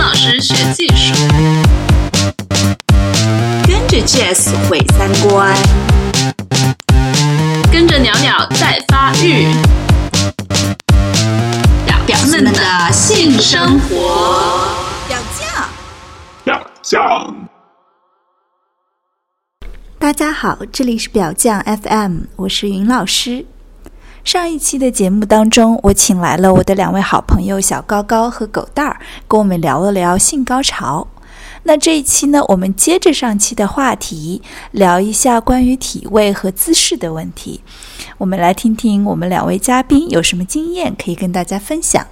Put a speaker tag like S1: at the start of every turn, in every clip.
S1: 着技术，
S2: 跟着 Jazz 毁三观，
S1: 跟着袅袅在发育，
S2: 表
S1: 表
S2: 妹
S1: 妹
S2: 们
S1: 们
S2: 的
S1: 的
S2: 性
S1: 性
S2: 生
S1: 生
S2: 活
S1: 活。
S2: 表酱。
S3: 表酱。
S4: 大家好，这里是表酱 FM，我是云老师。上一期的节目当中，我请来了我的两位好朋友小高高和狗蛋儿，跟我们聊了聊性高潮。那这一期呢，我们接着上期的话题，聊一下关于体位和姿势的问题。我们来听听我们两位嘉宾有什么经验可以跟大家分享。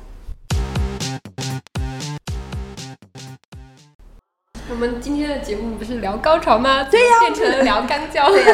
S5: 我们今天的节目不是聊高潮吗？对呀、变成了聊干胶。对呀、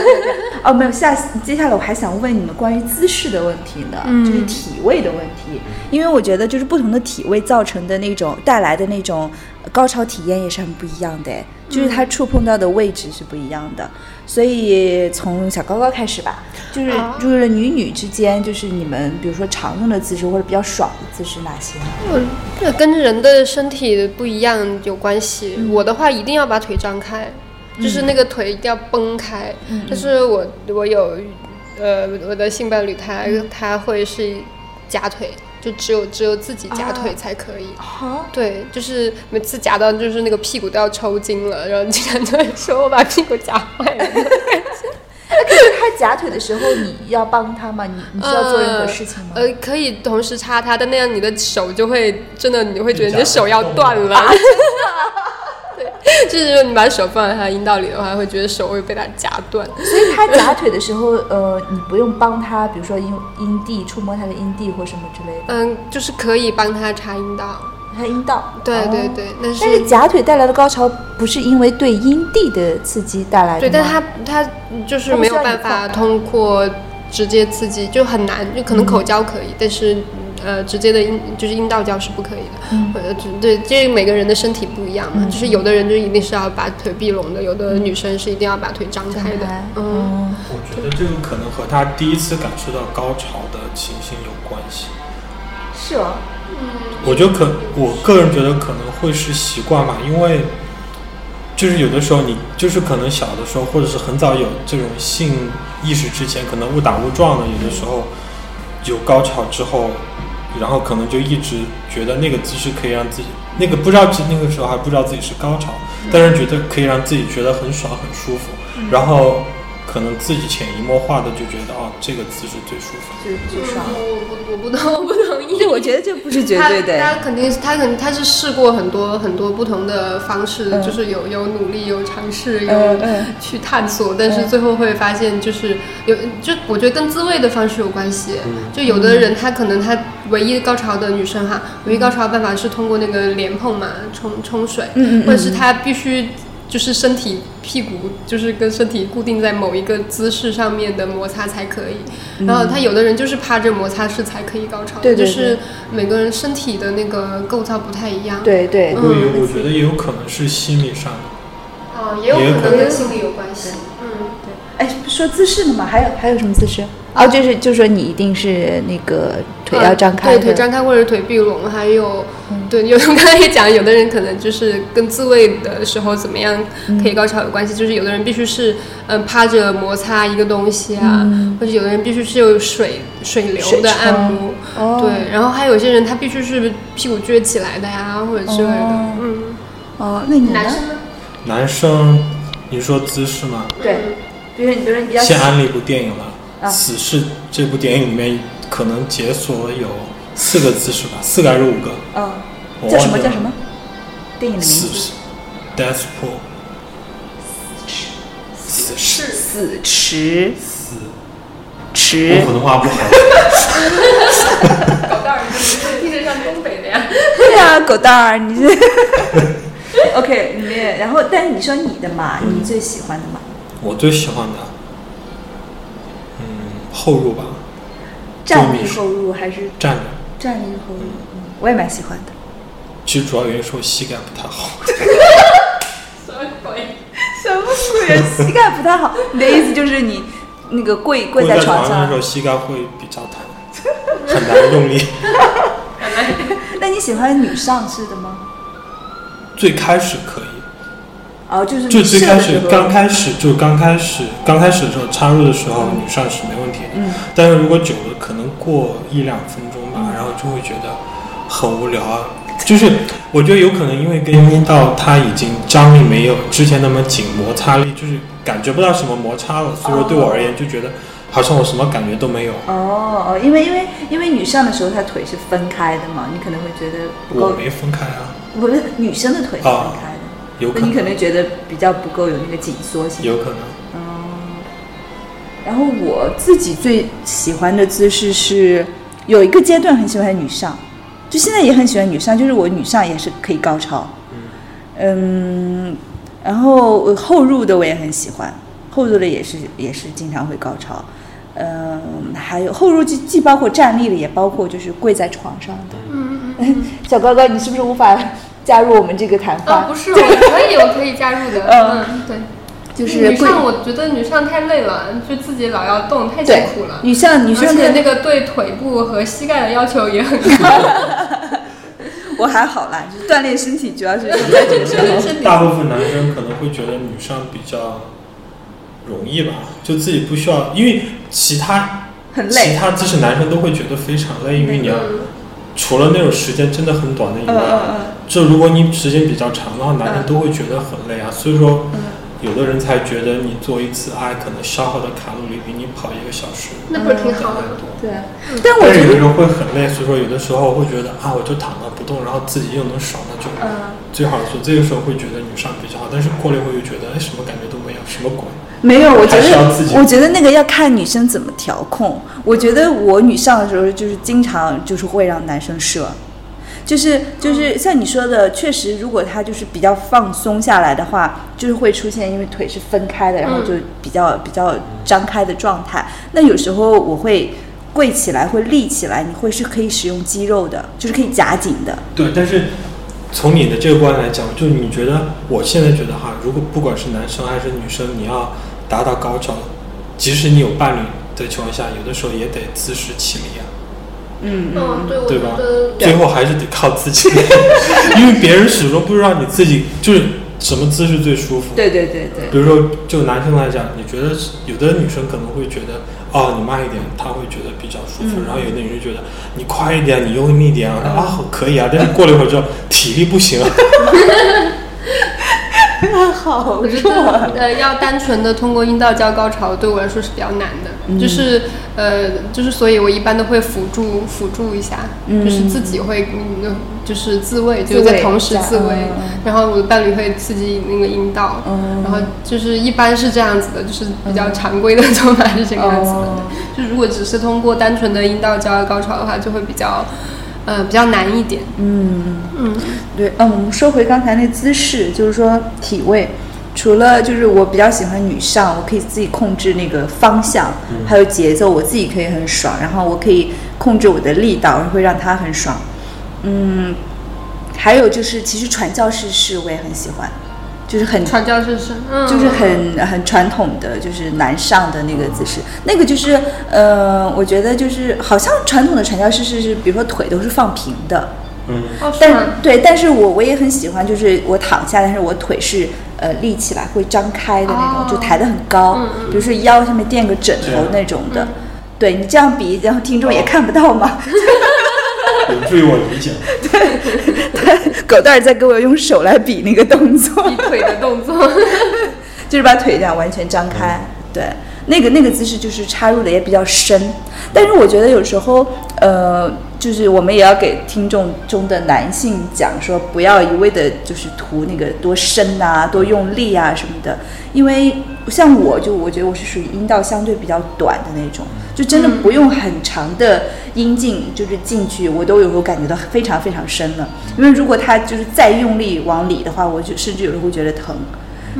S4: 哦，没有，下接下来我还想问你们关于姿势的问题呢，
S5: 嗯
S4: 就是体位的问题，因为我觉得就是不同的体位造成的那种带来的那种高潮体验也是很不一样的，哎
S5: 嗯
S4: 就是它触碰到的位置是不一样的，所以从小高高开始吧，就是
S5: 哦
S4: 就是女女之间，就是你们比如说常用的姿势或者比较爽的姿势哪些呢？
S5: 这跟人的身体的不一样有关系。我的话一定要把腿张开，就是那个腿一定要绷开。但是我我有呃我的性伴侣他、他会是夹腿，就只有只有自己夹腿才可以。
S4: 好，
S5: 对，就是每次夹到就是那个屁股都要抽筋了，然后经常就会说我把屁股夹坏了。
S4: 就是他夹腿的时候，你要帮他吗？你你需要做任何事情吗？
S5: 呃，可以同时插它，但那样你的手就会真的，你会觉得你的手要
S3: 动
S5: 断
S4: 啊
S5: 了。 对，就是如果你把手放在他的阴道里的话，会觉得手会被它夹断。
S4: 所以他夹腿的时候，呃，你不用帮他，比如说阴阴蒂触摸他的阴蒂或什么之类的，
S5: 嗯，就是可以帮他插阴道。
S4: 他阴道。
S5: 对
S4: 哦
S5: 对对，但
S4: 但是夹腿带来的高潮不是因为对阴蒂的刺激带来的
S5: 对，但
S4: 吗
S5: 他他就是
S4: 它不
S5: 没
S4: 需要
S5: 有
S4: 你
S5: 办法
S4: 放
S5: 通过直接刺激，就很难，就
S4: 嗯
S5: 可能口交可以，但是。呃，直接的阴就是阴道交是不可以的，
S4: 嗯
S5: 呃，只对，这每个人的身体不一样嘛，就是有的人就一定是要把腿闭拢的，有的女生是一定要把腿张开的
S4: 张开，
S5: 嗯，
S3: 我觉得这个可能和他第一次感受到高潮的情形有关系。
S4: 是哦，
S3: 我觉得可，我个人觉得可能会是习惯吧，因为就是有的时候你就是可能小的时候，或者是很早有这种性意识之前，可能误打误撞的，有的时候有高潮之后，然后可能就一直觉得那个姿势可以让自己那个不知道自那个时候还不知道自己是高潮，但是觉得可以让自己觉得很爽很舒服，然后可能自己潜移默化的就觉得哦这个姿势最舒服。
S4: 就是哦最爽。
S5: 我我我不同我不 同意，
S4: 嗯对，我觉得这不是绝
S5: 他
S4: 对的。
S5: 他肯定是他肯他是试过很多很多不同的方式，就是有有努力，有尝试，有
S4: 嗯嗯
S5: 去探索，但是最后会发现就是有就我觉得跟自慰的方式有关系。就有
S4: 嗯
S5: 的人他可能他唯一高潮的女生哈，唯一高潮的办法是通过那个莲蓬嘛冲冲水，
S4: 嗯嗯嗯
S5: 或者是他必须。就是身体屁股就是跟身体固定在某一个姿势上面的摩擦才可以，然后他有的人就是趴着摩擦是才可以高潮，
S4: 嗯对对
S5: 就是每个人身体的那个构造不太一样，，
S4: 对
S5: 嗯
S4: 对，
S3: 我有，我觉得也有可能是心理上的。
S5: 哦，也有
S3: 也有
S5: 可
S3: 可
S5: 能跟
S4: 能
S5: 心理有关系，嗯，
S4: 哎，说姿势呢嘛，还有还有什么姿势？
S5: 啊
S4: 哦，就是就是说你一定是那个腿要张开嗯
S5: 对，
S4: 的，
S5: 腿张开或者腿闭拢，还有，对，有刚才也讲，有的人可能就是跟自慰的时候怎么样
S4: 嗯
S5: 可以高潮有关系，就是有的人必须是嗯趴着摩擦一个东西啊，或者有的人必须是有水水流
S4: 嗯水
S5: 的按
S4: 冲
S5: 摩，
S4: 哦
S5: 对，然后还有些人他必须是屁股撅起来的呀，或者之类的，
S4: 哦
S5: 嗯，
S4: 哦，那你呢？
S5: 男生呢？
S3: 男生，你说姿势吗？
S4: 对，比如说你比如说你比较
S3: 先安利一部电影了，
S4: 啊
S3: 死侍》这部电影里面可能解锁有四个姿势吧，四个还是五个？
S4: 嗯，
S3: 我
S4: 叫
S3: 忘
S4: 什么
S3: 记了
S4: 叫什么？？电影的名
S3: 死
S4: 字。
S3: 侍，Death Pool。死侍，
S4: 死池
S3: 死，
S4: 池
S3: 我普通话不好。
S5: 搞大人就是听着像东北的呀。
S4: 对啊，狗蛋儿，你 这 OK 里面，然后但是你说你的嘛，你最喜欢的嘛，
S3: 我最喜欢的，嗯，后入吧，
S4: 站立后入还是
S3: 站着。
S4: 站立后入？嗯我也蛮喜欢的。
S3: 其实主要原因是我膝盖不太好，
S4: 什么鬼？膝盖不太好？ 你的意思就是你那个跪跪
S3: 跪在
S4: 在床
S3: 床上的时候
S4: 上？
S3: 膝盖会比较疼，很难用力。
S4: 那你喜欢女上式的吗？
S3: 最开始可以，
S4: 哦，就是
S3: 就
S4: 你
S3: 最
S4: 射
S3: 开
S4: 的
S3: 始
S4: 时候，
S3: 刚开始就刚开始刚开始的时候插入的时候，女上是没问题的。
S4: 嗯
S3: 但是如果久了，可能过一两分钟吧，然后就会觉得很无聊啊。就是我觉得有可能因为跟阴道它已经张力没有之前那么紧，摩擦力就是感觉不到什么摩擦了，所以说对我而言就觉得好像我什么感觉都没有。
S4: 哦哦，因为因为因为女上的时候，她腿是分开的嘛，你可能会觉得不
S3: 我
S4: 够，
S3: 没啊分开啊，
S4: 不是女生的腿是分开的，
S3: 有可
S4: 那你可
S3: 能，
S4: 能觉得比较不够有那个紧缩性。
S3: 有可能。
S4: 然后我自己最喜欢的姿势是，有一个阶段很喜欢女上，就现在也很喜欢女上，就是我女上也是可以高潮。嗯，然后呃后入的我也很喜欢，后入的也是也是经常会高潮。嗯，还有后入既既包括站立的，也包括就是跪在床上的。
S5: 嗯嗯
S4: 小高高，你是不是无法加入我们这个谈
S5: 嗯，
S4: 话？
S5: 啊，不是，我可以，我可以加入的。
S4: 嗯
S5: 嗯，对。
S4: 就是
S5: 女
S4: 跪
S5: 上，我觉得女上太累了，就自己老要动，太辛
S4: 对
S5: 苦了，。
S4: 女上女
S5: 而
S4: 上
S5: 且
S4: 的
S5: 那个对腿部和膝盖的要求也很高，
S4: 我还好啦，就是锻炼身体，主要是用在这个时候。
S3: 大部分男生可能会觉得女上比较容易吧，就自己不需要，因为其他
S4: 很累
S3: 其他姿势男生都会觉得非常累，因为你要除了那种时间真的很短的以
S4: 嗯嗯
S3: 外，
S4: 嗯。
S3: 就如果你时间比较长的话，男人
S4: 嗯
S3: 都会觉得很累啊。所以说，有的人才觉得你做一次爱可能消耗的卡路里比你跑一个小时
S5: 那不是挺好
S3: 要
S5: 的吗？
S3: 更多。
S4: 对啊，但我
S3: 但
S4: 觉
S3: 是有的
S4: 得，
S3: 人会很累，所以说有的时候会觉得啊，我就躺着不动，然后自己又能爽，那就
S4: 嗯，
S3: 最好是这个时候会觉得女上比较好，但是过了一会儿又觉得哎，什么感觉都没有，什么鬼？
S4: 没有，我觉
S3: 还是要自
S4: 得，
S3: 己
S4: 我觉得那个要看女生怎么调控。我觉得我女上的时候，就是经常就是会让男生射，就是就是像你说的，确实，如果他就是比较放松下来的话，就是会出现因为腿是分开的，然后就比较比较张开的状态。那有时候我会跪起来，会立起来，你会是可以使用肌肉的，就是可以夹紧的。
S3: 对，但是从你的这个观点来讲，就你觉得，我现在觉得哈，如果不管是男生还是女生，你要达到高潮，即使你有伴侣的情况下，有的时候也得自食其力啊，
S4: 嗯嗯
S5: 嗯，对，我
S3: 对
S5: 觉
S3: 吧
S5: 得？
S3: 最后还是得靠自己， 因为别人始终不知道你自己就是什么姿势最舒服。
S4: 对对对对。
S3: 比如说，就男生来讲，你觉得是有的女生可能会觉得，哦，你慢一点，她会觉得比较舒服；然后有的女生觉得你快一点，你用力一点啊，啊、可以啊。但是过了一会儿之后，体力不行啊，
S4: 好
S5: 我 觉得呃，要单纯的通过阴道交高潮，对我来说是比较难的。
S4: 嗯
S5: 就是呃，就是所以我一般都会辅助辅助一下，就是自己会嗯，就是自慰，就是
S4: 自慰
S5: 在同时
S4: 一下
S5: 自慰
S4: 嗯嗯，
S5: 然后我的伴侣会刺激那个阴道，然后就是一般是这样子的，就是比较常规的 做法是这个样子的。
S4: 嗯哦
S5: 就如果只是通过单纯的阴道交高潮的话，就会比较呃比较难一点。
S4: 嗯对，嗯，我们说回刚才那姿势，就是说体位，除了就是我比较喜欢女上，我可以自己控制那个方向，还有节奏，我自己可以很爽，然后我可以控制我的力道，会让她很爽。嗯，还有就是，其实传教士式我也很喜欢，就是很
S5: 传教士是，嗯，
S4: 就是很很传统的，就是男上的那个姿势，那个就是，呃，我觉得就是好像传统的传教士式是，比如说腿都是放平的，
S3: 嗯，
S5: 哦，是吗
S4: 但对，但是我我也很喜欢，就是我躺下，但是我腿是呃立起来会张开的那种，
S5: 哦
S4: 就抬得很高，
S5: 嗯嗯
S4: 比如说腰上面垫个枕头那种的。对你这样比，然后听众也
S5: 哦
S4: 看不到嘛。
S3: 有助于我理解。
S4: 狗蛋儿在给我用手来比那个动 作
S5: 比，腿的动作。
S4: 就是把腿这样完全张开。对，那个那个姿势就是插入的也比较深，但是我觉得有时候，呃，就是我们也要给听众中的男性讲说，不要一味的就是图那个多深啊、多用力啊什么的，因为像我就我觉得我是属于阴道相对比较短的那种，就真的不用很长的阴茎就是进去，我都有时候感觉到非常非常深了，因为如果他就是再用力往里的话，我就甚至有时候会觉得疼。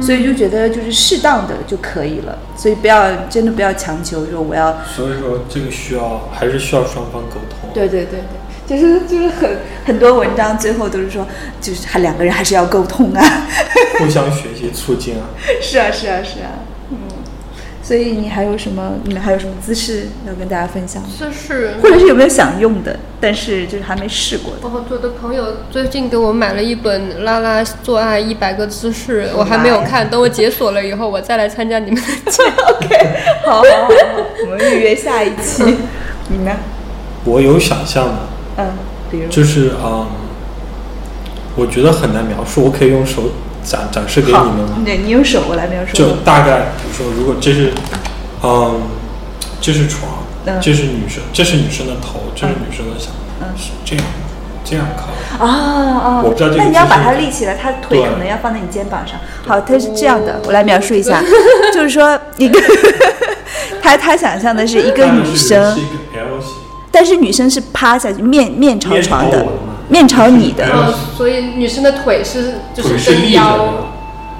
S4: 所以就觉得就是适当的就可以了，所以不要真的不要强求说我要，
S3: 所以说，这个需要还是需要双方沟通。
S4: 对对对对，就是就是很很多文章最后都是说，就是还两个人还是要沟通啊，
S3: 互相学习促进啊。
S4: 是啊是啊是啊，嗯，所以你还有什么？你们还有什么姿势要跟大家分享吗？
S5: 就是
S4: 或者是有没有想用的，但是就是还没试过的？
S5: 我我的朋友最近给我买了一本《拉拉做爱一百个姿势》，我还没有看，等我解锁了以后，我再来参加你们 的节目。
S4: 好，好，好，好我们预约下一 期。你呢？
S3: 我有想象的，
S4: 嗯，比如
S3: 就是嗯，我觉得很难描述，我可以用手展展示给你
S4: 好
S3: 们吗？，
S4: 对你用手，我来描述。
S3: 就大概，比如说，如果这是，嗯，这是床，
S4: 嗯
S3: 这是女生，这是女生的头，这是女生的小，是这样，这样靠。
S4: 啊啊！
S3: 我知道这个
S4: 那你要
S3: 姿势
S4: 把它立起来，它腿
S3: 对
S4: 可能要放在你肩膀上。好，它是这样的，我来描述一下，就是说一个，他他想象的是一个
S3: 但
S4: 女
S3: 是
S4: 生
S3: 是一，个 L 型，
S4: 但是女生是趴下去，面面朝
S3: 面朝
S4: 床的
S3: 我的嘛，
S4: 面朝你的。
S5: 嗯，所以女生的腿是就
S3: 腿
S5: 是跟
S3: 立着
S5: 腰
S3: 的，，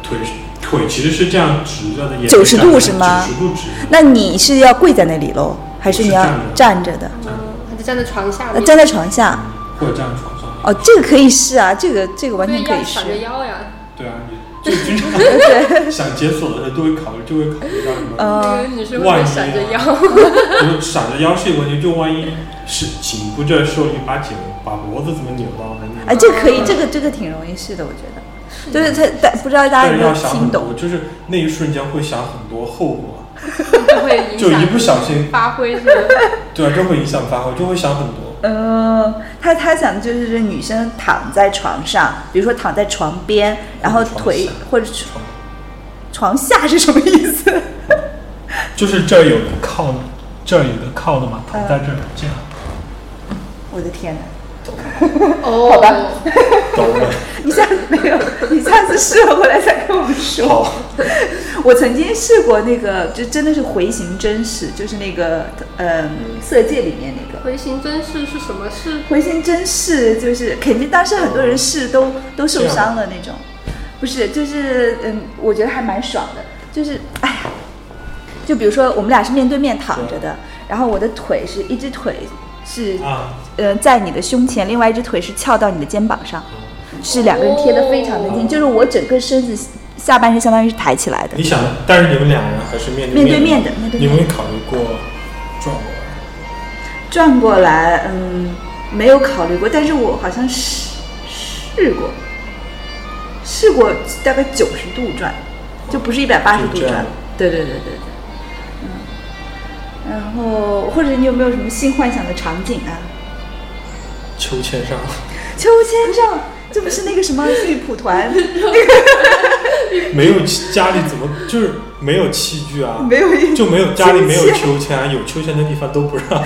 S3: 腿是腿其实是这样直着的，也
S4: 90度是吗
S3: 九十度直。
S4: 那你是要跪在那里喽，还是
S3: 我是
S4: 你要站
S3: 站
S4: 着的？
S5: 她就站在床下
S4: 呃
S5: 面，
S4: 站在床下。
S3: 或者站床上面，
S4: 哦，这个可以试啊，这个这个完
S5: 对
S4: 全可
S5: 要
S4: 以试
S5: 闪。着腰呀。
S3: 对啊，你就经常 想解锁的时候都会考虑，就会考虑到什么？
S5: 那个
S4: 呃，
S5: 女生为什么闪着 腰？
S3: 就是闪着腰是一个问题，就万一是颈部这受力把颈把脖子怎么扭到还是扭到
S4: 哎，这个可以，这个这个挺容易试的，我觉得。就是他，但不知道大家有
S3: 但是
S4: 没有
S3: 要想
S4: 听
S3: 很
S4: 懂
S3: 多，？就是那一瞬间会想很多后果，
S5: 就会影响
S3: 就一不小心
S5: 发挥是吧？
S3: 对啊，就会影响发挥，就会想很多。
S4: 呃，他他想的就是这女生躺在床上，比如说躺在床边，然后
S3: 床
S4: 腿
S3: 下
S4: 或者床床下是什么意思？
S3: 就是这儿有个靠的，这儿有个靠的嘛，躺在这儿这样，
S4: 我的天哪！
S5: 哦，
S4: 好吧
S3: 懂了。
S5: 嗯
S4: 你下次没有，你下次试了回来再跟我们说。 我曾经试过那个，就真的是回形针式，就是那个呃《色戒》里面那个。
S5: 回形针是是什么？是
S4: 回形针是就是肯定当时很多人试都都受伤了那种，不是就是嗯，我觉得还蛮爽的，就是哎呀，就比如说我们俩是面对面躺着的，然后我的腿是一只腿是、
S3: 啊
S4: 呃在你的胸前，另外一只腿是翘到你的肩膀上，是两个人贴的非常的近，就是我整个身子下半身相当于是抬起来的
S3: 你，想，但是你们两人还是面
S4: 面对
S3: 对
S4: 面
S3: 的
S4: 的，面对面的
S3: 你有没有考虑过撞过来？
S4: 转过来嗯没有考虑过，但是我好像试试过。试过大概九十度转，就不是一百八十度
S3: 就这样
S4: 转。对对对对对，嗯。然后或者你有没有什么新幻想的场景啊？
S3: 秋千上，
S4: 秋千上，这不是那个什么玉蒲 团
S3: 没有器家里怎么就是没有器具啊？
S4: 没有一
S3: 就没有家里没有秋千啊，有秋千的地方都不让。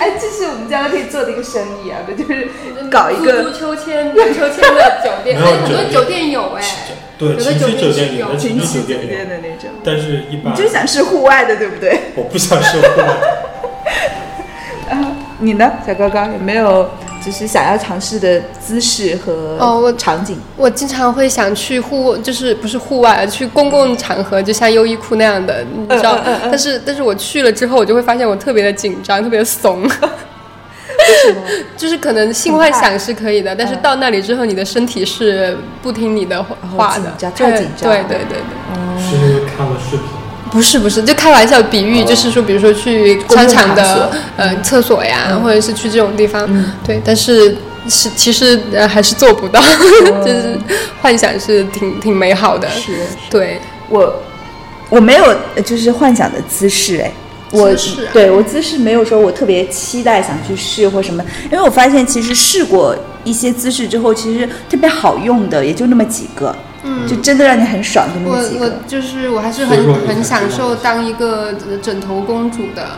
S4: 哎，这是我们将来可以做的一个生意啊，这就是搞一
S5: 租
S4: 个
S5: 秋千，秋千的酒店，
S3: 没有
S5: 哎，很多
S3: 酒店
S5: 酒店有哎，
S3: 对，
S5: 有的
S3: 情
S5: 酒
S3: 侣酒店
S5: 是
S3: 有
S5: 有
S3: 的情
S4: 情
S3: 侣
S4: 趣
S3: 酒
S4: 酒
S3: 店
S4: 店
S3: 有，
S4: 的那种。
S3: 但是一般
S4: 你就想试户外的，对不对？
S3: 我不想说 话。
S4: 你呢，小高高有没有就是想要尝试的姿势和
S5: 哦我
S4: 场景？
S5: 我经常会想去户，就是不是户外，去公共场合，就像优衣库那样的，你
S4: 嗯
S5: 知道。但是，但是我去了之后，我就会发现我特别的紧张，特别的怂。 就是可能性幻想是可以的，
S4: 嗯
S5: 但是到那里之后，你的身体是不听你的话的
S4: 哦紧，张太紧张
S5: 对
S4: 了
S5: 对对对，
S3: 是因为看了视频，
S5: 不是不是，就开玩笑比喻，就是说，比如说去商哦场
S4: 公共场
S5: 的
S4: 所
S5: 呃厕所嗯呀，或者是去这种地方，对，但是是其实呃还是做不到， 就是幻想是挺挺美好的，
S4: 是
S5: 对，
S4: 我我没有呃就是幻想的姿势哎。我
S5: 姿势啊
S4: 对我姿势没有说我特别期待想去试或什么，因为我发现其实试过一些姿势之后，其实特别好用的也就那么几个，嗯，就真的让你很爽的那
S5: 我
S4: 么几
S5: 我
S4: 个。
S5: 就是我还是
S3: 所以说
S5: 很
S3: 你
S5: 很
S3: 才
S5: 享
S3: 知道
S5: 受当一个呃枕头公主的，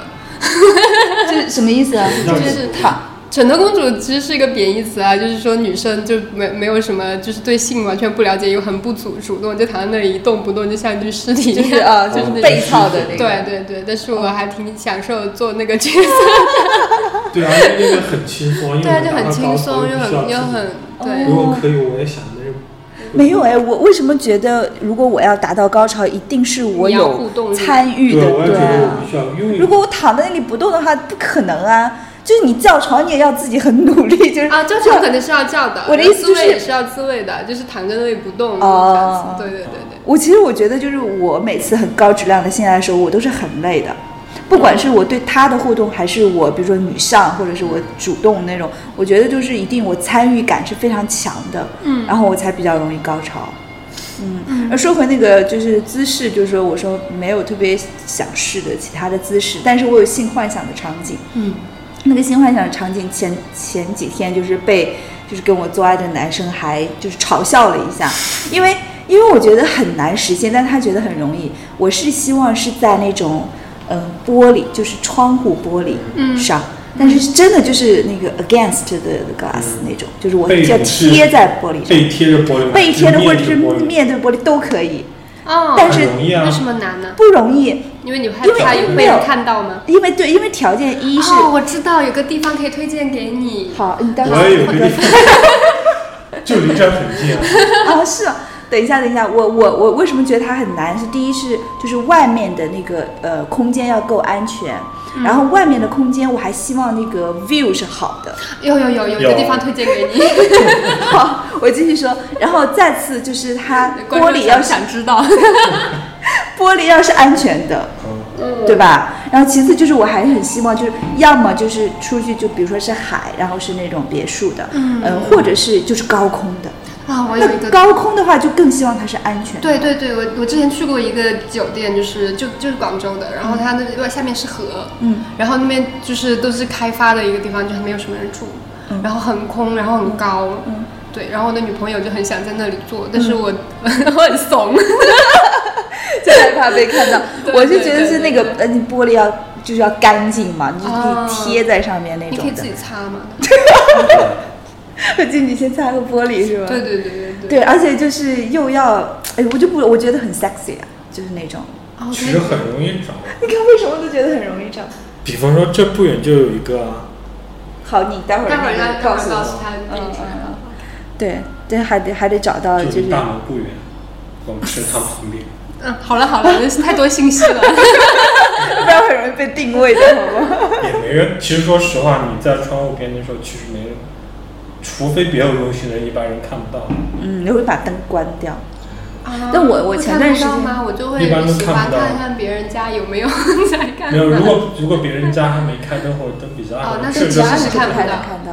S4: 这什么意思啊？
S3: 那
S4: 就
S3: 你
S4: 是躺
S5: 枕头公主其实是一个贬义词啊，就是说女生就没没有什么，就是对性完全不了解，又很不主主动，就躺在那里一动不动，就像一具尸体
S4: 就
S5: 一
S4: 是
S5: 样。哦
S4: 啊，就是背靠的那个。
S5: 对对对，但是我还挺享受做那个角色，
S3: 对啊，因为那个很轻松，因为
S5: 对啊，
S3: 我
S5: 就
S3: 达
S4: 嗯
S5: 很
S3: 到
S5: 轻
S3: 高
S5: 松，
S3: 度
S5: 又
S3: 不需要
S5: 很又
S3: 自己
S5: 很对。
S3: 如果可以，我也想那种。
S4: 没有哎，我为什么觉得如果我要达到高潮，一定是我
S5: 你要
S4: 有
S5: 互动力
S4: 参与的，
S3: 对，我也觉得
S4: 啊
S3: 我必须要，因为
S4: 如果我躺在那里不动的话，不可能啊！就是你叫床，你也要自己很努力，就是
S5: 啊，叫床肯定是要叫的，
S4: 我的意思
S5: 自
S4: 就
S5: 慰
S4: 是
S5: 也是要自慰的，就是躺在那里不动。
S4: 哦
S5: 这样子对对对对。
S4: 我其实我觉得，就是我每次很高质量的性爱的时候，我都是很累的。不管是我对他的互动，还是我比如说女上，或者是我主动那种，我觉得就是一定我参与感是非常强的，嗯，然后我才比较容易高潮。嗯，而说回那个就是姿势，就是说我说没有特别想试的其他的姿势，但是我有性幻想的场景，嗯，那个性幻想的场景前前几天就是被就是跟我做爱的男生还就是嘲笑了一下，因为因为我觉得很难实现，但他觉得很容易，我是希望是在那种嗯、呃玻璃就是窗户玻
S3: 嗯
S4: 璃上。但是真的就是那个 against the the glass
S3: 嗯
S4: 那种，就是我
S3: 背
S4: 要
S3: 影是
S4: 贴在玻璃上，
S3: 背贴着玻璃吗，
S4: 背贴的或者是
S3: 面对玻璃
S4: 面对玻璃都可以，
S5: 哦，
S4: 但是
S3: 很容易啊
S5: 为。什么难呢？
S4: 不容易，
S5: 因为你害
S4: 因为
S5: 怕有
S4: 没
S5: 被
S4: 有
S5: 人看到吗？
S4: 因为对，因为条件一是、
S5: 哦，我知道有个地方可以推荐给你。
S4: 好，你待会
S3: 我也有
S4: 儿
S3: 一个地方， 就离这儿很近 啊。
S4: 啊是啊。等一下，等一下，我我我为什么觉得它很难？是第一是就是外面的那个呃空间要够安全，
S5: 嗯
S4: 然后外面的空间我还希望那个 view 是好的，
S5: 有有有有一
S3: 有
S5: 个地方推荐给你，
S4: 好，我继续说，然后再次就是它
S5: 观
S4: 玻
S5: 众
S4: 璃要是
S5: 想知 道。
S4: 玻璃要是安全的，
S5: 嗯
S4: 对吧？然后其次就是我还是很希望就是要么就是出去就比如说是海，然后是那种别墅的，嗯、或者是就是高空的。
S5: 啊，我有一
S4: 那
S5: 个
S4: 高空的话就更希望它是安全的。
S5: 对对对，我我之前去过一个酒店，就是就就是广州的，然后它那外下面是河，
S4: 嗯，
S5: 然后那边就是都是开发的一个地方，就是没有什么人住，
S4: 嗯
S5: 然后很空，然后很高，嗯，对，然后我的女朋友就很想在那里做，但是
S4: 嗯
S5: 我、 我很怂，。
S4: 最害怕被看到
S5: 对
S4: 我是觉得是那个呃，你玻璃要就是要干净嘛，你就
S5: 哦
S4: 可以贴在上面那
S5: 你可以
S4: 种
S5: 自
S4: 的
S5: 己。擦嘛，
S4: 我进去先擦个玻璃是吧？
S5: 对对对对对，
S4: 对，而且就是又要，哎，我就不，我觉得很 sexy 啊，就是那种。
S5: 哦
S3: 其实很容易找，
S4: 你看为什么都觉得很容易找？
S3: 比方说这不远就有一个啊，
S4: 好，你待会儿
S5: 待会儿
S4: 那
S5: 让
S4: 个
S5: 告
S4: 告诉
S5: 诉告
S4: 我。
S5: 诉他地址。
S4: 嗯对，对，还得还得找
S5: 呃
S4: 到
S3: 就
S4: 就是是
S3: 大门不远，我们食堂旁边。
S5: 嗯，好了好了， 太多信息了。
S4: 不然很容易被定位的，好不好？
S3: 也没人。其实说实话，你在窗户边的时候，其实没人，除非别有用心的人，一般人看不到。
S4: 嗯，你会把灯关掉。
S5: 啊
S4: 但我我
S5: 会
S4: 前
S5: 看
S4: 段
S5: 不
S4: 时
S5: 到
S4: 间
S5: 吗？我就会
S3: 一般都
S5: 喜
S3: 看
S5: 欢
S3: 不到
S5: 看看别人家有没有 在看。
S3: 没有，如果如果别人家还没开灯或者灯比较
S5: 哦，
S3: 暗，
S5: 那
S3: 甚
S5: 是只
S3: 至
S4: 只
S5: 要
S4: 要
S5: 是
S4: 是
S5: 看
S4: 看
S5: 不
S4: 不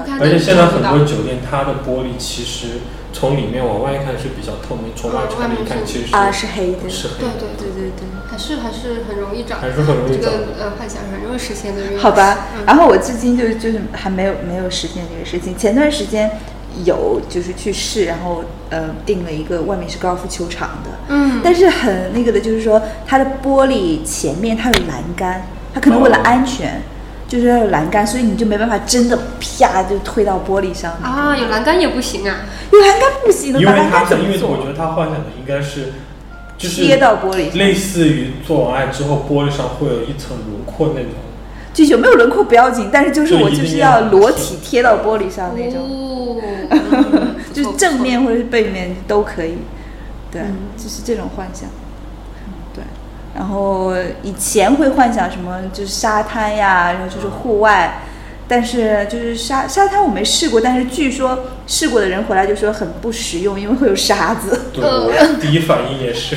S5: 到
S4: 到，
S3: 而且现在很多酒店它的玻璃其实从里面往外看是比较透明，从外
S5: 哦外
S3: 窗
S5: 面
S3: 里看
S5: 是
S3: 其实
S4: 啊，是黑的。
S3: 是
S5: 对
S3: 很
S5: 对对
S4: 对对对。
S5: 还是还是很容易找，
S3: 还是很容易
S5: 这
S3: 找
S5: 个
S3: 的
S5: 呃幻想很容易实现的愿望。
S4: 好吧，
S5: 嗯
S4: 然后我至今就是就是还没有没有实现这个事情。前段时间有就是去试，然后呃订了一个外面是高尔夫球场的，
S5: 嗯
S4: 但是很那个的，就是说它的玻璃前面它有栏杆，它可能为了
S3: 哦
S4: 安全，就是要有栏杆，所以你就没办法真的啪就推到玻璃上。
S5: 啊，有栏杆也不行啊。
S4: 有栏杆不行的，
S3: 因
S4: 把
S3: 为
S4: 栏
S3: 他
S4: 杆怎
S3: 因
S4: 么
S3: 为我觉
S4: 做？
S3: 得他幻想的应该是，就是
S4: 贴到玻璃上
S3: 类似于做完爱之后玻璃上会有一层轮廓那种，
S4: 就有没有轮廓不要紧，但是就是
S3: 就
S4: 我
S3: 一
S4: 就
S3: 定
S4: 是
S3: 要
S4: 要裸体贴到玻璃上那种。
S5: 哦， 嗯
S4: 就是正。面或者是背面都可以，对，就是这种幻想，对。然后以前会幻想什么，就是沙滩呀，然后就是户外，但是就是沙沙滩我没试过，但是据说试过的人回来就说很不实用，因为会有沙子，
S3: 对我第一反应也是，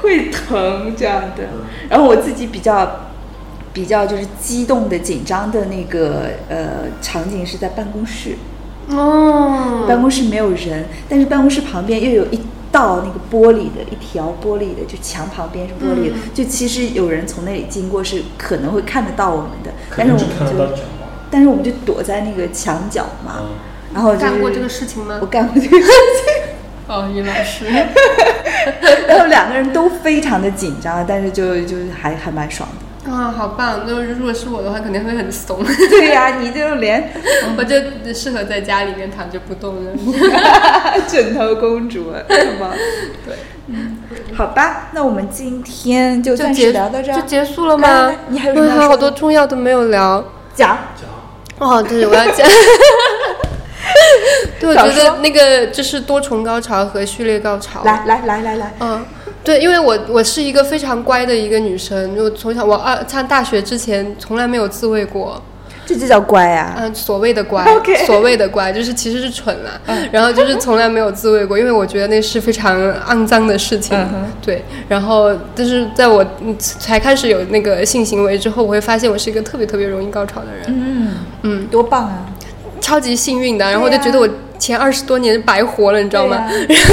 S4: 会疼这样的。然后我自己比较。比较就是激动的、紧张的那个呃场景是在办公室，
S5: 不错哦，
S4: 办公室没有人，但是办公室旁边又有一道那个玻璃的一条玻璃的，就墙旁边是玻璃的，
S5: 嗯
S4: 就其实有人从那里经过是可能会看得到我们的，
S3: 可
S4: 但是我
S3: 能只
S4: 们
S3: 看得到
S4: 就
S3: 脚吧。
S4: 但是我们就躲在那个墙角嘛，
S3: 嗯
S4: 然后、就是、
S5: 干过这个事情吗
S4: 我？干过这个事情，
S5: 哦，于老师，
S4: 然后两个人都非常的紧张，但是就就是还还蛮爽的。
S5: 啊，好棒！就是如果是我的话，肯定会很怂。
S4: 对呀、你就连
S5: 我就适合在家里面躺着不动的。
S4: 枕头公主是 吗？对，嗯，好吧，那我们今天就
S5: 就
S4: 暂
S5: 结
S4: 时聊到这儿，
S5: 就结束了
S4: 来
S5: 吗
S4: 来？你还有什
S5: 我
S4: 么要
S5: 还有
S4: 说
S5: 好多重要的没有聊。
S4: 讲。
S3: 脚
S5: 哦，对，我要讲。 对，我
S4: 早
S5: 觉
S4: 说
S5: 得那个就是多重高潮和序列高潮。
S4: 来来来来来，
S5: 嗯，对，因为我我是一个非常乖的一个女生，我从小我二上大学之前从来没有自慰过，
S4: 这就叫乖啊。
S5: 嗯，所谓的乖
S4: OK 嗯
S5: 所谓的乖，就是其实是蠢啦、然后就是从来没有自慰过，因为我觉得那是非常肮脏的事情。
S4: 嗯
S5: 对，然后但是在我嗯才开始有那个性行为之后，我会发现我是一个特别特别容易高潮的人，
S4: 嗯
S5: 嗯，
S4: 多棒啊！
S5: 超级幸运的。然后我
S4: 对
S5: 就
S4: 呀
S5: 觉得我前二十多年白活了，你知道吗？
S4: 对呀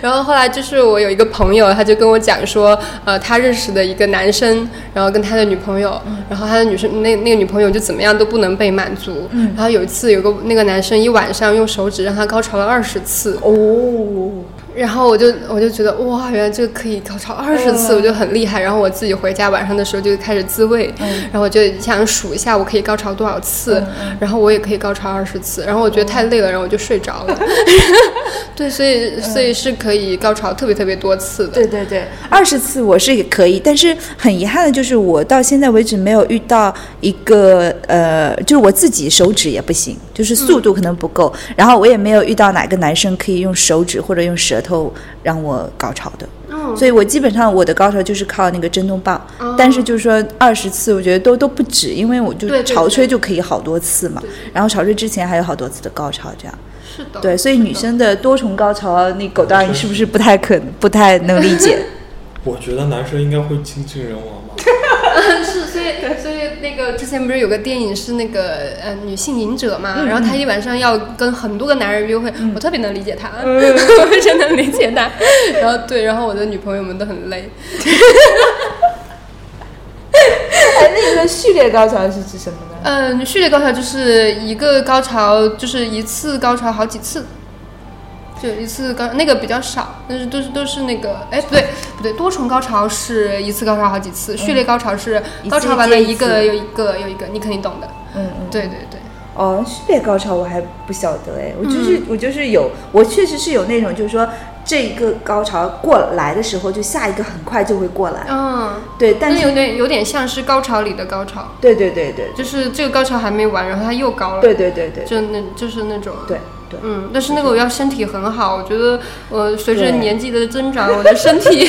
S5: 然后后来就是我有一个朋友，他就跟我讲说，呃，他认识的一个男生，然后跟他的女朋友，
S4: 嗯
S5: 然后他的女生那那个女朋友就怎么样都不能被满足。
S4: 嗯
S5: 然后有一次有个那个男生一晚上用手指让他高潮了二十次，
S4: 哦，
S5: 然后我就我就觉得哇，原来这个可以高潮二十
S4: 嗯
S5: 次，我就很厉害。然后我自己回家晚上的时候就开始自慰，
S4: 嗯
S5: 然后我就想数一下我可以高潮多少次，然后我也可以高潮二十次。然后我觉得太累了，然后我就睡着
S4: 哦
S5: 了。 对，所以所以是可以高潮特别特别多次的。
S4: 嗯对对对，二十次我是也可以，但是很遗憾的就是，我到现在为止没有遇到一个呃，就是我自己手指也不行，就是速度可能不够，
S5: 嗯
S4: 然后我也没有遇到哪个男生可以用手指或者用舌头让我高潮的。
S5: 嗯
S4: 所以我基本上我的高潮就是靠那个震动棒，
S5: 哦
S4: 但是就是说二十次，我觉得都都不止，因为我就
S5: 对对
S4: 潮
S5: 对
S4: 吹就可以好多次嘛，然后潮吹之前还有好多次的高潮这样。
S5: 是的
S4: 对，所以女生的多重高潮，那狗蛋儿 你是不是不太可不太能理解？
S3: 我觉得男生应该会精尽人亡吧。
S5: 是，所以所以那个之前不是有个电影是那个呃女性瘾者嘛，
S4: 嗯
S5: 然后她一晚上要跟很多个男人约会，我特别能理解她，
S4: 嗯
S5: 我真能理解她。然后对，然后我的女朋友们都很累，
S4: 哎，那个序列高潮是指什么呢？
S5: 嗯，序列高潮就是一个高潮，就是一次高潮好几次，就一次高那个比较少，但是都是都是那个，哎，不对不对，多重高潮是一次高潮好几次，序列高潮是
S4: 嗯一次
S5: 高潮完了
S4: 接一
S5: 一个
S4: 次
S5: 又一个又一个，你肯定懂的。
S4: 嗯嗯，
S5: 对对对，
S4: 哦，序列高潮我还不晓得哎，我就是、我就是有，我确实是有那种，就是说这一个高潮过来的时候，就下一个很快就会过来。
S5: 嗯，
S4: 对，但
S5: 那
S4: 是
S5: 有点有点像是高潮里的高潮，
S4: 对对对对
S5: 就是这个高潮还没完，然后它又高了。
S4: 对对对对
S5: 就那就是那种。
S4: 对。对，
S5: 嗯，但是那个我要身体很好，我觉得我随着
S4: 对
S5: 年纪的增长，我的 身体，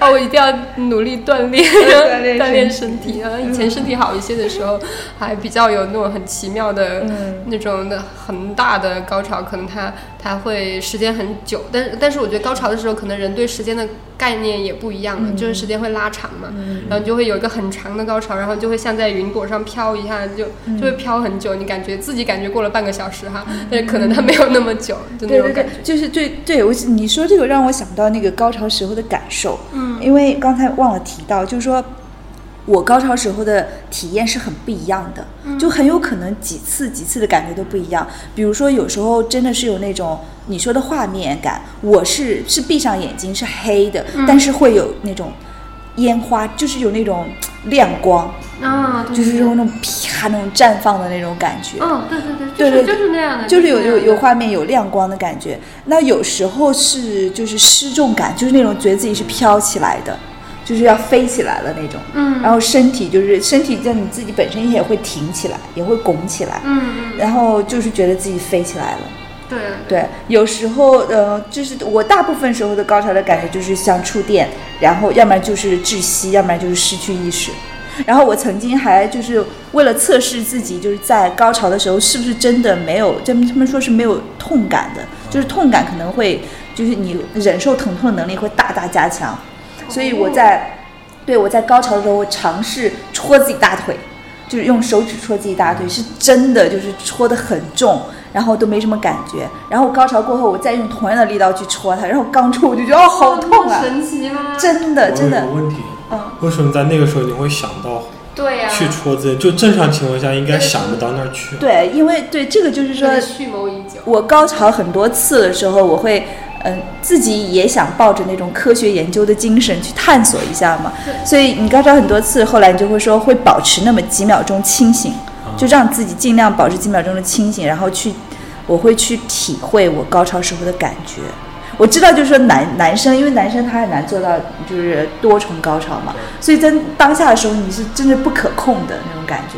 S5: 哦，我一定要努力锻炼
S4: 锻炼
S5: 锻炼身
S4: 身
S5: 体。然后以前身体好一些的时候，还比较有那种很奇妙的、
S4: 嗯
S5: 那种的很大的高潮，可能它它会时间很久，但是但是我觉得高潮的时候，可能人对时间的概念也不一样
S4: 嗯
S5: 了，就是时间会拉长嘛，然后你就会有一个很长的高潮，然后就会像在云朵上飘一下，就
S4: 嗯
S5: 就会飘很久，你感觉自己感觉过了半个小时哈，但是可能它没有那么久，就那
S4: 对
S5: 种
S4: 对
S5: 感
S4: 对
S5: 觉。，
S4: 就是对对，我你说这个让我想到那个高潮时候的感受，嗯，因为刚才忘了提到，就是说我高潮时候的体验是很不一样的，
S5: 嗯
S4: 就很有可能几次几次的感觉都不一样。比如说有时候真的是有那种你说的画面感，我是是闭上眼睛是黑的，
S5: 嗯
S4: 但是会有那种烟花，就是有那种亮光，
S5: 啊，对
S4: 就是有那种啪那种绽放的那种感觉，
S5: 嗯，对对对，
S4: 对对
S5: 就是
S4: 对
S5: 就是那样的，
S4: 就是有
S5: 那样
S4: 有
S5: 的
S4: 有画面有亮光的感觉。那有时候是就是失重感，就是那种觉得自己是飘起来的，就是要飞起来了那种。
S5: 嗯
S4: 然后身体就是身体，在你自己本身也会挺起来，也会拱起来，
S5: 嗯嗯，
S4: 然后就是觉得自己飞起来了。
S5: 对
S4: 对，有时候呃，就是我大部分时候的高潮的感觉就是像触电，然后要不然就是窒息，要不然就是失去意识。然后我曾经还就是为了测试自己，就是在高潮的时候是不是真的没有，他们他们说是没有痛感的，就是痛感可能会就是你忍受疼痛的能力会大大加强。所以我在对我在高潮的时候，我尝试戳自己大腿，就是用手指戳自己大腿，是真的就是戳得很重，然后都没什么感觉。然后我高潮过后，我再用同样的力道去戳它，然后刚戳我就觉得哦好痛啊
S5: 哦，神奇吗？
S4: 真
S3: 我
S4: 的
S3: 有
S4: 真的
S3: 个，问题，
S4: 嗯，
S3: 为什么在那个时候你会想到
S5: 对啊呀，
S3: 去戳自己？就正常情况下应该想不到那儿去。
S4: 对，因为对这个就是说，
S5: 真的蓄谋已久。
S4: 我高潮很多次的时候，我会。嗯，自己也想抱着那种科学研究的精神去探索一下嘛，所以你高潮很多次，后来你就会说会保持那么几秒钟清醒，就让自己尽量保持几秒钟的清醒，然后去，我会去体会我高潮时候的感觉。我知道，就是说男男生，因为男生他很难做到就是多重高潮嘛，所以在当下的时候你是真的不可控的那种感觉。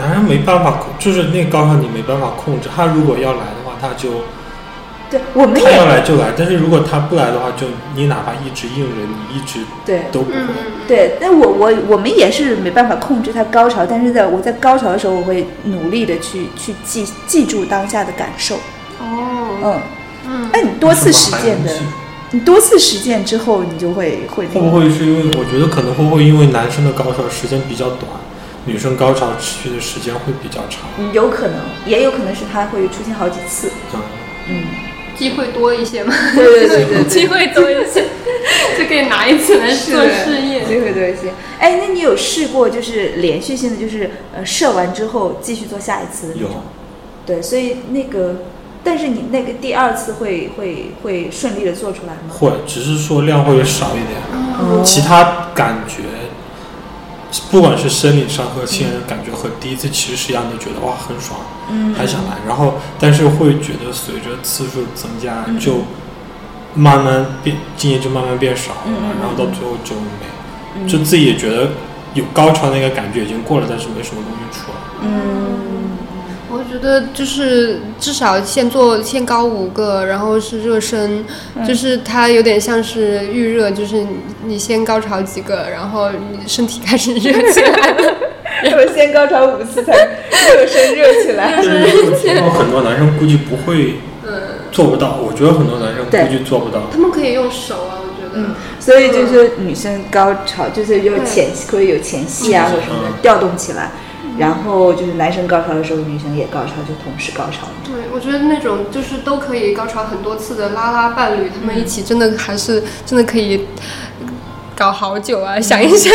S3: 男人没办法控，就是那个高潮你没办法控制。他如果要来的话，他就
S4: 对，我 们
S3: 他
S4: 也
S3: 要来就来，但是如果他不来的话，就你哪怕一直硬着，你一直
S4: 对
S3: 都不会。
S4: 对，但我我我们也是没办法控制它高潮，但是在我在高潮的时候，我会努力的去去记记住当下的感受。
S5: 哦，
S4: 嗯，
S5: 嗯，
S4: 那你多次实践的
S3: 为什么还能记，
S4: 你多次实践之后，你就会会那
S3: 会不
S4: 个
S3: 会是因为我觉得可能会不会因为男生的高潮时间比较短，女生高潮持续的时间会比较长？
S4: 嗯有可能，也有可能是它会出现好几次。
S3: 嗯，
S5: 机会多一些嘛，
S4: 对对对对对
S5: 机会多一些，就可以拿一次来做试验。
S4: 机会多一些。哎，那你有试过就是连续性的，就是呃射完之后继续做下一次的那
S3: 有
S4: 种？对，所以那个，但是你那个第二次会会会顺利的做出来吗？哦
S3: 会，只是说量会少一点，其他感觉。不管是生理上和性感觉和第一次其实是一样的，觉得哇很爽，
S4: 嗯
S3: 还想来，然后但是会觉得随着次数增加，就慢慢变经验就慢慢变少了，然后到最后就没，就自己也觉得有高潮那个感觉已经过了，但是没什么东西出来。
S5: 我觉得就是至少先做先高五个，然后是热身，就是它有点像是预热，就是你你先高潮几个，然后你身体开始热起来 了。
S4: 我先高潮五 次才热身热起来。
S3: 但是嗯我听到很多男生估计不会，做不到。我觉得很多男生估计做不到。
S5: 他们可以用手啊，我觉得。
S4: 所以就是女生高潮，就是有前可以有前戏啊或者什么的
S3: 嗯
S4: 调动起来，然后就是男生高潮的时候，女生也高潮，就同时高潮。
S5: 对，我觉得那种就是都可以高潮很多次的拉拉伴侣，他们一起真的还是真的可以搞好久啊！想一想，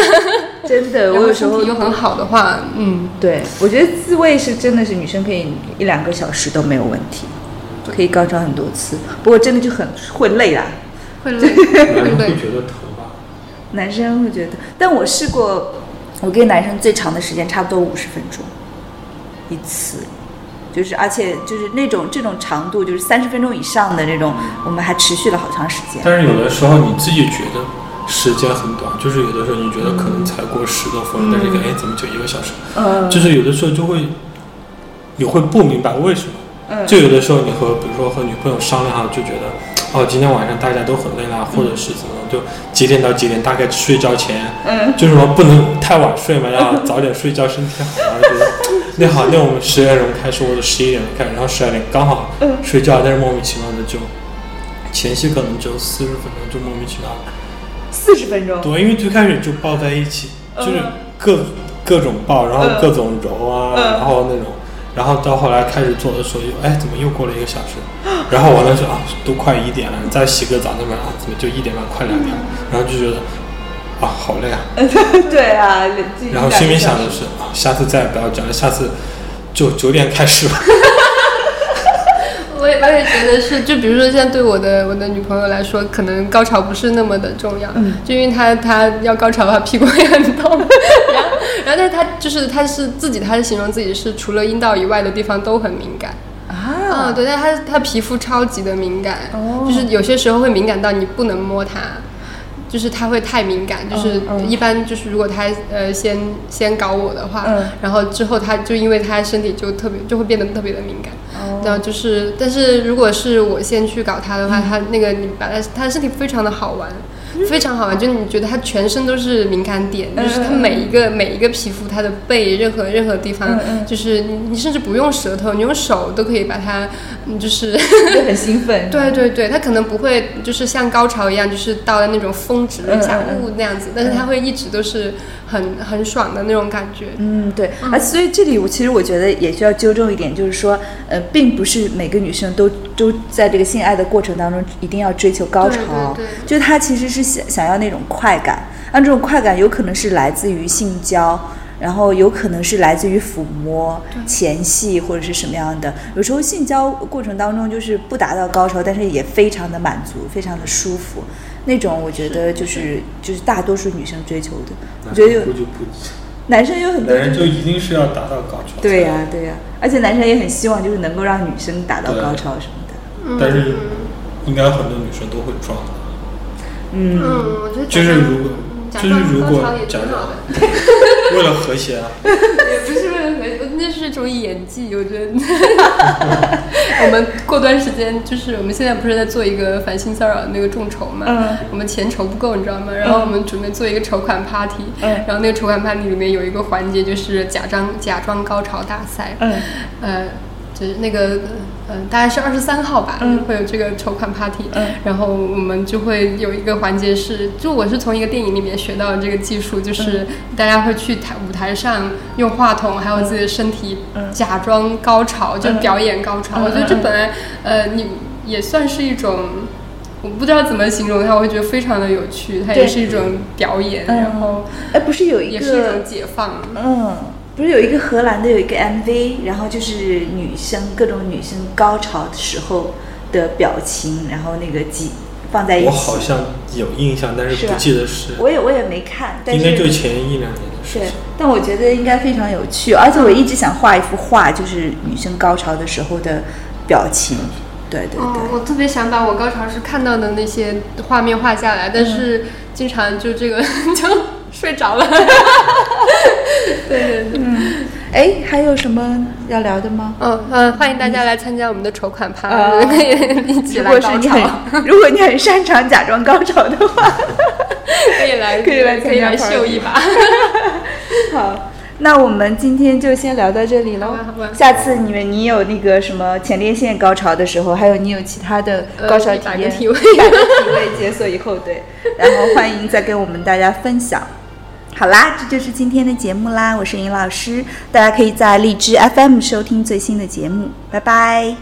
S4: 真的，
S5: 然
S4: 我
S5: 后
S4: 有时
S5: 身
S4: 候
S5: 体又很好的话，嗯，
S4: 对我觉得自慰是真的是女生可以一两个小时都没有问题，可以高潮很多次，不过真的就很会累啦。
S5: 会累，
S3: 男
S5: 会累
S3: 生会。觉得疼吧？
S4: 男生会觉得，但我试过，我跟男生最长的时间差不多五十分钟一次，就是而且就是那种这种长度就是三十分钟以上的那种，我们还持续了好长时间。
S3: 但是有的时候你自己觉得时间很短，就是有的时候你觉得可能才过十多分钟，但是感觉哎怎么就一个小时？
S4: 嗯
S3: 就是有的时候就会，你会不明白为什么。
S4: 嗯
S3: 就有的时候你和比如说和女朋友商量好，就觉得哦今天晚上大家都很累啦，或者是怎么就几点到几点，大概睡觉前，
S4: 嗯，
S3: 就什么不能太晚睡嘛，要早点睡觉，身体好啊。觉得 那好，那我们十点钟开始，或者十一点钟开始，然后十二点刚好
S4: 嗯
S3: 睡觉，但是莫名其妙的就前期可能只有四十分钟，就莫名其妙地
S4: 四十分钟，嗯
S3: 对，因为最开始就抱在一起，就是各、各种抱，然后各种揉啊，
S4: 嗯
S3: 然后那种，然后到后来开始做的时候又，哎，怎么又过了一个小 时？然后完了说啊，都快一点了，你再洗个澡，那边啊，怎么就一点半，快两点了？
S4: 嗯
S3: 然后就觉得啊，好累啊。
S4: 对啊，自己
S3: 然后
S4: 哎感
S3: 心里
S4: 觉
S3: 想
S4: 到
S3: 的是，啊，下次再也不要这样了，下次就九点开始吧。
S5: 我也我也觉得是，就比如说现在对我的我的女朋友来说，可能高潮不是那么的重要，就因为她她要高潮，她屁股也很痛， 然后然后但是她就是她是自己，她形容自己是除了阴道以外的地方都很敏感。啊、
S4: 啊，
S5: 对，但他他皮肤超级的敏感，
S4: 哦
S5: 就是有些时候会敏感到你不能摸它，就是它会太敏感，就是
S4: 嗯
S5: 一般就是如果他呃先先搞我的话，
S4: 嗯
S5: 然后之后他就因为他身体就特别就会变得特别的敏感，
S4: 哦
S5: 然后就是但是如果是我先去搞他的
S4: 嗯
S5: 话，他那个你把他他的身体非常的好玩。 非常好玩，就是你觉得他全身都是敏感点，
S4: 嗯
S5: 就是他每一个每一个皮肤，他的背任何任何地
S4: 嗯
S5: 方，就是你你甚至不用舌头，你用手都可以把它，嗯就是。
S4: 就很兴奋。
S5: 对对对，他可能不会就是像高潮一样，就是到了那种峰值一下
S4: 嗯嗯
S5: 雾那样子，但是他会一直都是很很爽的那种感觉。
S4: 嗯，对，啊，所以这里我其实我觉得也需要纠正一点，就是说，呃，并不是每个女生都都在这个性爱的过程当中一定要追求高
S5: 对
S4: 潮
S5: 对，对
S4: 就是她其实是想想要那种快感，那这种快感有可能是来自于性交，然后有可能是来自于抚摸、前戏或者是什么样的。有时候性交过程当中就是不达到高潮，但是也非常的满足，非常的舒服，那种我觉得就是就是大多数女生追求的，我觉得有
S3: 估计不，
S4: 男生有很多
S3: 男人
S4: 就是
S3: 就一定是要达到高潮。
S4: 对呀、对呀、而且男生也很希望就是能够让女生达到高潮什么的。
S3: 但是应该很多女生都会撞的。
S5: 嗯，我觉得
S3: 就是如果
S5: 假
S3: 就
S5: 装
S3: 是如
S5: 高
S3: 果
S5: 潮也
S3: 假
S5: 挺好
S3: 装
S5: 的。
S3: 为了和谐啊，
S5: 也不是为了和谐，那是一种演技，我觉得。 我们过段时间就是我们现在不是在做一个反性骚扰的那个众筹嘛，
S4: 嗯
S5: 我们钱筹不够，你知道吗？然后我们准备做一个筹款 party，、
S4: 嗯
S5: 然后那个筹款 party 里面有一个环节就是假装假装高潮大赛，
S4: 嗯，
S5: 呃。就是那个，呃，大概是二十三号吧，
S4: 嗯
S5: 会有这个筹款 party，、
S4: 嗯
S5: 然后我们就会有一个环节是，就我是从一个电影里面学到的这个技术，
S4: 嗯
S5: 就是大家会去台舞台上用话筒还有自己的身体
S4: 嗯
S5: 假装高潮，就表演高潮。我觉得这本来，呃，你也算是一种。我不知道怎么形容它，我会觉得非常的有趣，它也
S4: 对
S5: 是一种表演，
S4: 嗯
S5: 然后
S4: 哎，不是有一个
S5: 也是一种解放。
S4: 嗯，不是有一个荷兰的有一个 MV，然后就是女生各种女生高潮的时候的表情，然后那个集放在一起。
S3: 我好像有印象，但
S4: 哎是
S3: 是
S4: 吧
S3: 不记得是，
S4: 我也我也没看，但
S3: 应
S4: 是
S3: 该就前一两年的事
S4: 对
S3: 情。，
S4: 但我觉得应该非常有趣，而且我一直想画一幅画，就是女生高潮的时候的表情。对对
S5: 哦，
S4: 对，
S5: 我特别想把我高潮时看到的那些画面画下来，但
S4: 嗯
S5: 是经常就这个 就睡着 了。对对对，
S4: 哎、还有什么要聊的吗？
S5: 嗯嗯，欢迎大家来参加我们的筹款趴，
S4: 啊
S5: 可以一呃起
S4: 如
S5: 来
S4: 果
S5: 高
S4: 是你
S5: 潮，
S4: 很，如果你很擅长假装高潮的话，
S5: 可以来
S4: 可以来参加
S5: 可以来
S4: party
S5: 秀一把。
S4: 好，那我们今天就先聊到这里喽
S5: 好吧好吧。
S4: 下次你们你有那个什么前列腺高潮的时候，还有你有其他的高潮
S5: 呃
S4: 体
S5: 100
S4: 验，
S5: 个体位
S4: 100个体位解锁以后，对，然后欢迎再跟我们大家分享。好啦，这就是今天的节目啦，我是尹老师，大家可以在荔枝 FM 收听最新的节目，拜拜。